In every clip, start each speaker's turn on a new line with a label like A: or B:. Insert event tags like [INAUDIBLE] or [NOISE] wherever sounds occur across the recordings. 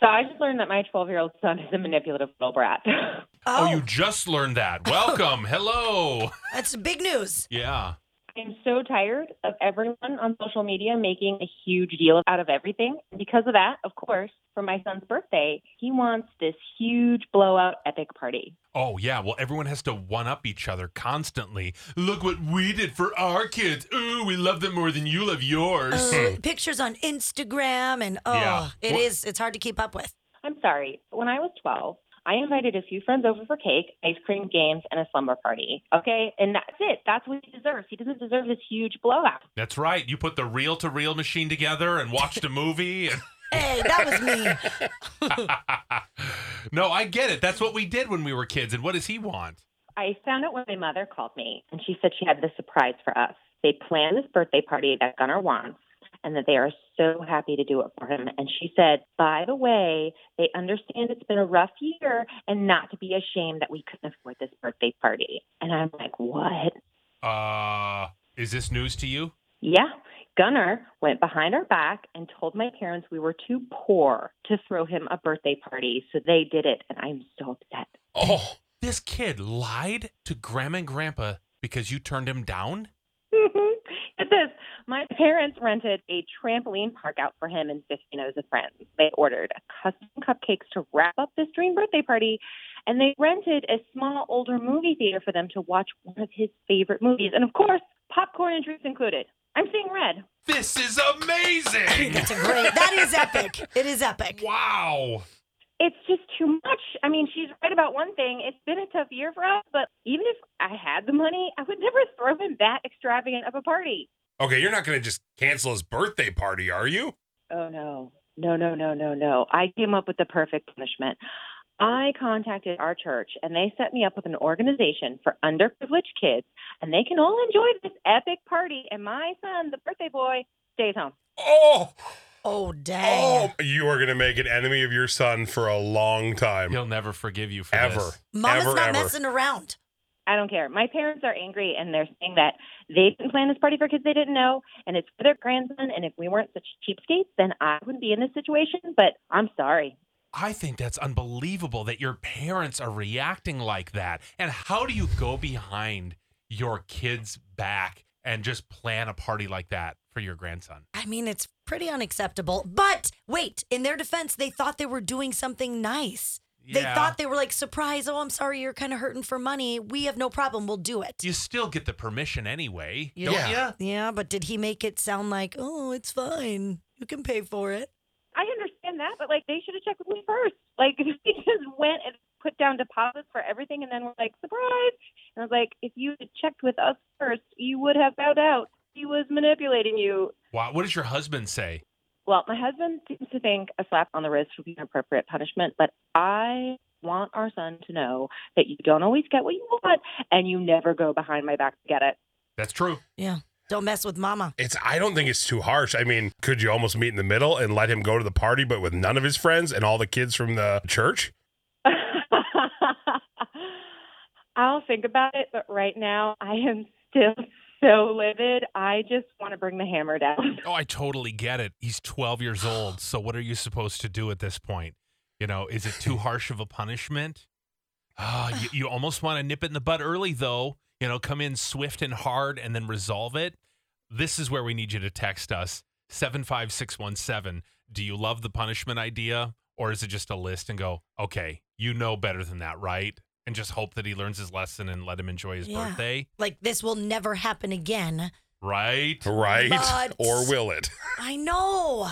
A: So I just learned that my 12 year old son is a manipulative little brat. [LAUGHS]
B: Oh, you just learned [LAUGHS] that. Welcome. Hello.
C: That's big news.
B: Yeah.
A: I'm so tired of everyone on social media making a huge deal out of everything. Because of that, of course, for my son's birthday, he wants this huge blowout epic party.
B: Oh, yeah. Well, everyone has to one up each other constantly. Look what we did for our kids. Ooh, we love them more than you love yours. Hmm.
C: Uh, pictures on Instagram and
B: Yeah.
C: oh, it
B: What-
C: is- It's hard to keep up with.
A: I'm sorry. When I was 12, I invited a few friends over for cake, ice cream, games, and a slumber party. Okay, and that's it. That's what he deserves. He doesn't deserve this huge blowout.
B: That's right. You put the reel to reel machine together and watched a movie. and- [LAUGHS]
C: Hey, that was me.
B: no, I get it. That's what we did when we were kids. And what does he want?
A: I found out when my mother called me, and she said she had this surprise for us. They planned this birthday party that Gunnar wants, and that they are so happy to do it for him. And she said, by the way, they understand it's been a rough year, and not to be ashamed that we couldn't afford this birthday party. And I'm like, what?
B: Uh, is this news to you?
A: Yeah. Gunnar went behind our back and told my parents we were too poor to throw him a birthday party, so they did it, and I'm so upset.
B: Oh, this kid lied to grandma and grandpa because you turned him down?
A: Get this. Mm-hmm. My parents rented a trampoline park out for him and 15 of his friends. They ordered custom cupcakes to wrap up this dream birthday party, and they rented a small older movie theater for them to watch one of his favorite movies. And of course, popcorn and drinks included. I'm seeing red.
B: This [LAUGHS] is amazing.
C: That's a great. That is epic. It is epic.
B: wow.
A: It's just too much. I mean, she's right about one thing. It's been a tough year for us, but even if I had the money, I would never throw him that extravagant of a party.
D: Okay, you're not going to just cancel his birthday party, are you?
A: Oh no, no, no, no, no, no. I came up with the perfect punishment. I contacted our church and they set me up with an organization for underprivileged kids and they can all enjoy this epic party. And my son, the birthday boy, stays home.
D: Oh,
C: Oh dang.
D: oh, you are going to make an enemy of your son for a long time.
B: He'll never forgive you for
D: ever.
B: this.
C: Mama's
D: ever,
C: not
D: ever.
C: messing around.
A: I don't care. My parents are angry and they're saying that they didn't plan this party for kids they didn't know and it's for their grandson. And if we weren't such cheapskates, then I wouldn't be in this situation. But I'm sorry.
B: I think that's unbelievable that your parents are reacting like that. And how do you go behind your kid's back and just plan a party like that for your grandson?
C: I mean, it's pretty unacceptable. But wait, in their defense, they thought they were doing something nice. They
B: Yeah.
C: thought they were like surprise. Oh, I'm sorry, you're kind of hurting for money. We have no problem. We'll do it.
B: You still get the permission anyway,
C: Yeah.
B: don't you?
C: Yeah, but did he make it sound like, oh, it's fine. You can pay for it?
A: I understand that, but like they should have checked with me first. Like [LAUGHS] they just went and put down deposits for everything, and then were like, "Surprise!" And I was like, "If you had checked with us first, you would have found out he was manipulating you."
B: Wow. What does your husband say?
A: Well, my husband seems to think a slap on the wrist would be an appropriate punishment, but I want our son to know that you don't always get what you want, and you never go behind my back to get it.
B: That's true.
C: Yeah. Don't mess with mama.
D: It's. I don't think it's too harsh. I mean, could you almost meet in the middle and let him go to the party, but with none of his friends and all the kids from the church?
A: [LAUGHS] I'll think about it, but right now I am still so livid. I just want to bring the hammer down.
B: Oh, I totally get it. He's 12 years old. So what are you supposed to do at this point? You know, is it too harsh of a punishment? Ah, you, you almost want to nip it in the bud early, though. You know, come in swift and hard and then resolve it. This is where we need you to text us 75617. Do you love the punishment idea? Or is it just a list and go, okay, you know better than that, right? And just hope that he learns his lesson and let him enjoy his
C: Yeah.
B: birthday,
C: Like, this will never happen again.
B: right?
D: Right?
C: But-
D: [LAUGHS] Or will it?
C: I know.
B: Or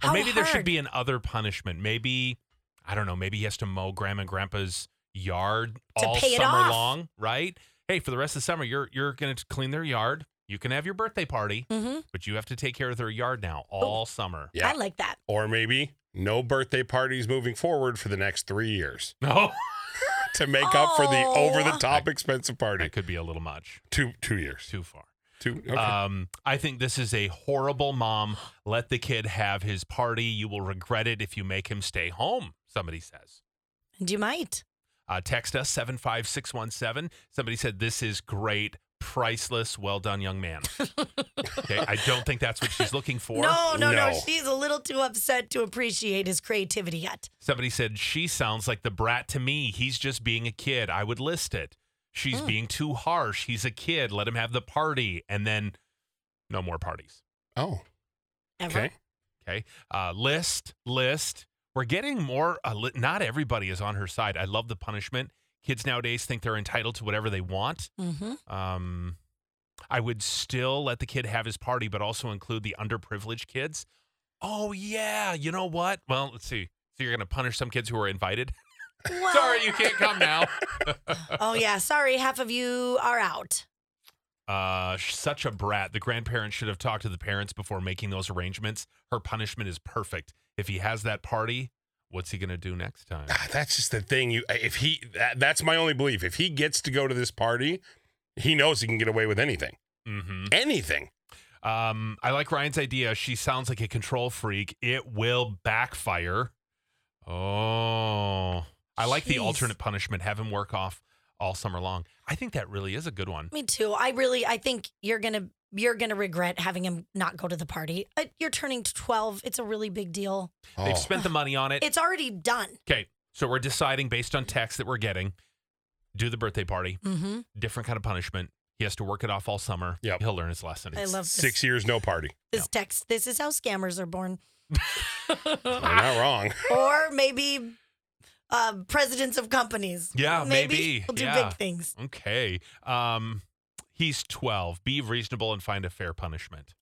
C: How
B: maybe there should
C: hard.
B: be an other punishment. Maybe I don't know. Maybe he has to mow Grandma and Grandpa's yard
C: To
B: all
C: pay it
B: summer
C: off.
B: long, right? Hey, for the rest of the summer, you're you're going to clean their yard. You can have your birthday party,
C: Mhm. Oh.
D: [LAUGHS]
B: but you have to take care of their yard now all summer.
D: Yeah.
C: I like that.
D: Or maybe no birthday parties moving forward for the next three years
B: No,
D: to make up for the
C: Oh.
D: over the top expensive party.
B: that could be a little much.
D: Two two years.
B: Too far.
D: Two. Okay.
B: Um, I think this is a horrible mom. Let the kid have his party. You will regret it if you make him stay home, somebody says.
C: And you might.
B: Uh, text us 75617. Somebody said, This is great, priceless, well done, young man. okay, I don't think that's what she's looking
C: [LAUGHS]
B: for.
C: no, no, no,
D: No.
C: She's a little too upset to appreciate his creativity yet.
B: Somebody said, She sounds like the brat to me. He's just being a kid. I would list it. She's being too harsh. He's a kid. Let him have the party. And then no more parties.
D: oh.
C: Ever.
D: Okay.
B: Okay. Uh, list, list. We're getting more. Uh, li- not everybody is on her side. I love the punishment. Kids nowadays think they're entitled to whatever they want. [LAUGHS]
C: Mm-hmm.
B: Um, I would still let the kid have his party, but also include the underprivileged kids. Oh, yeah. You know what? Well, let's see. So you're going to punish some kids who are invited? [LAUGHS]
C: Well,
B: Sorry, you can't come now.
C: oh yeah, sorry. Half of you are out.
B: Uh, sh- such a brat. The grandparents should have talked to the parents before making those arrangements. Her punishment is perfect. If he has that party, what's he going to do next time?
D: Ah, That's just the thing. You if he that, that's my only belief. If he gets to go to this party, he knows he can get away with anything.
B: hmm
D: Anything.
B: Um, I like Ryan's idea. She sounds like a control freak. It will backfire. Oh, I like the
C: Jeez.
B: alternate punishment. Have him work off all summer long. I think that really is a good one.
C: Me too. I really, I think you're gonna, you're gonna regret having him not go to the party. Uh, You're turning twelve. It's a really big deal.
D: Oh.
B: They've spent the money on it.
C: It's already done.
B: Okay, so we're deciding based on texts that we're getting. Do the birthday party.
C: Mm-hmm.
B: Different kind of punishment. He has to work it off all summer.
D: Yep.
B: he'll learn his lesson.
D: Uh,
C: I love this,
D: six years no party.
C: this text. This is how scammers are
B: [LAUGHS]
D: [LAUGHS]
C: born,
D: You're not wrong.
C: [LAUGHS] or maybe uh, presidents of companies.
B: Yeah, maybe.
C: we'll do
B: Yeah.
C: big things.
B: Okay. Um, he's twelve. Be reasonable and find a fair punishment.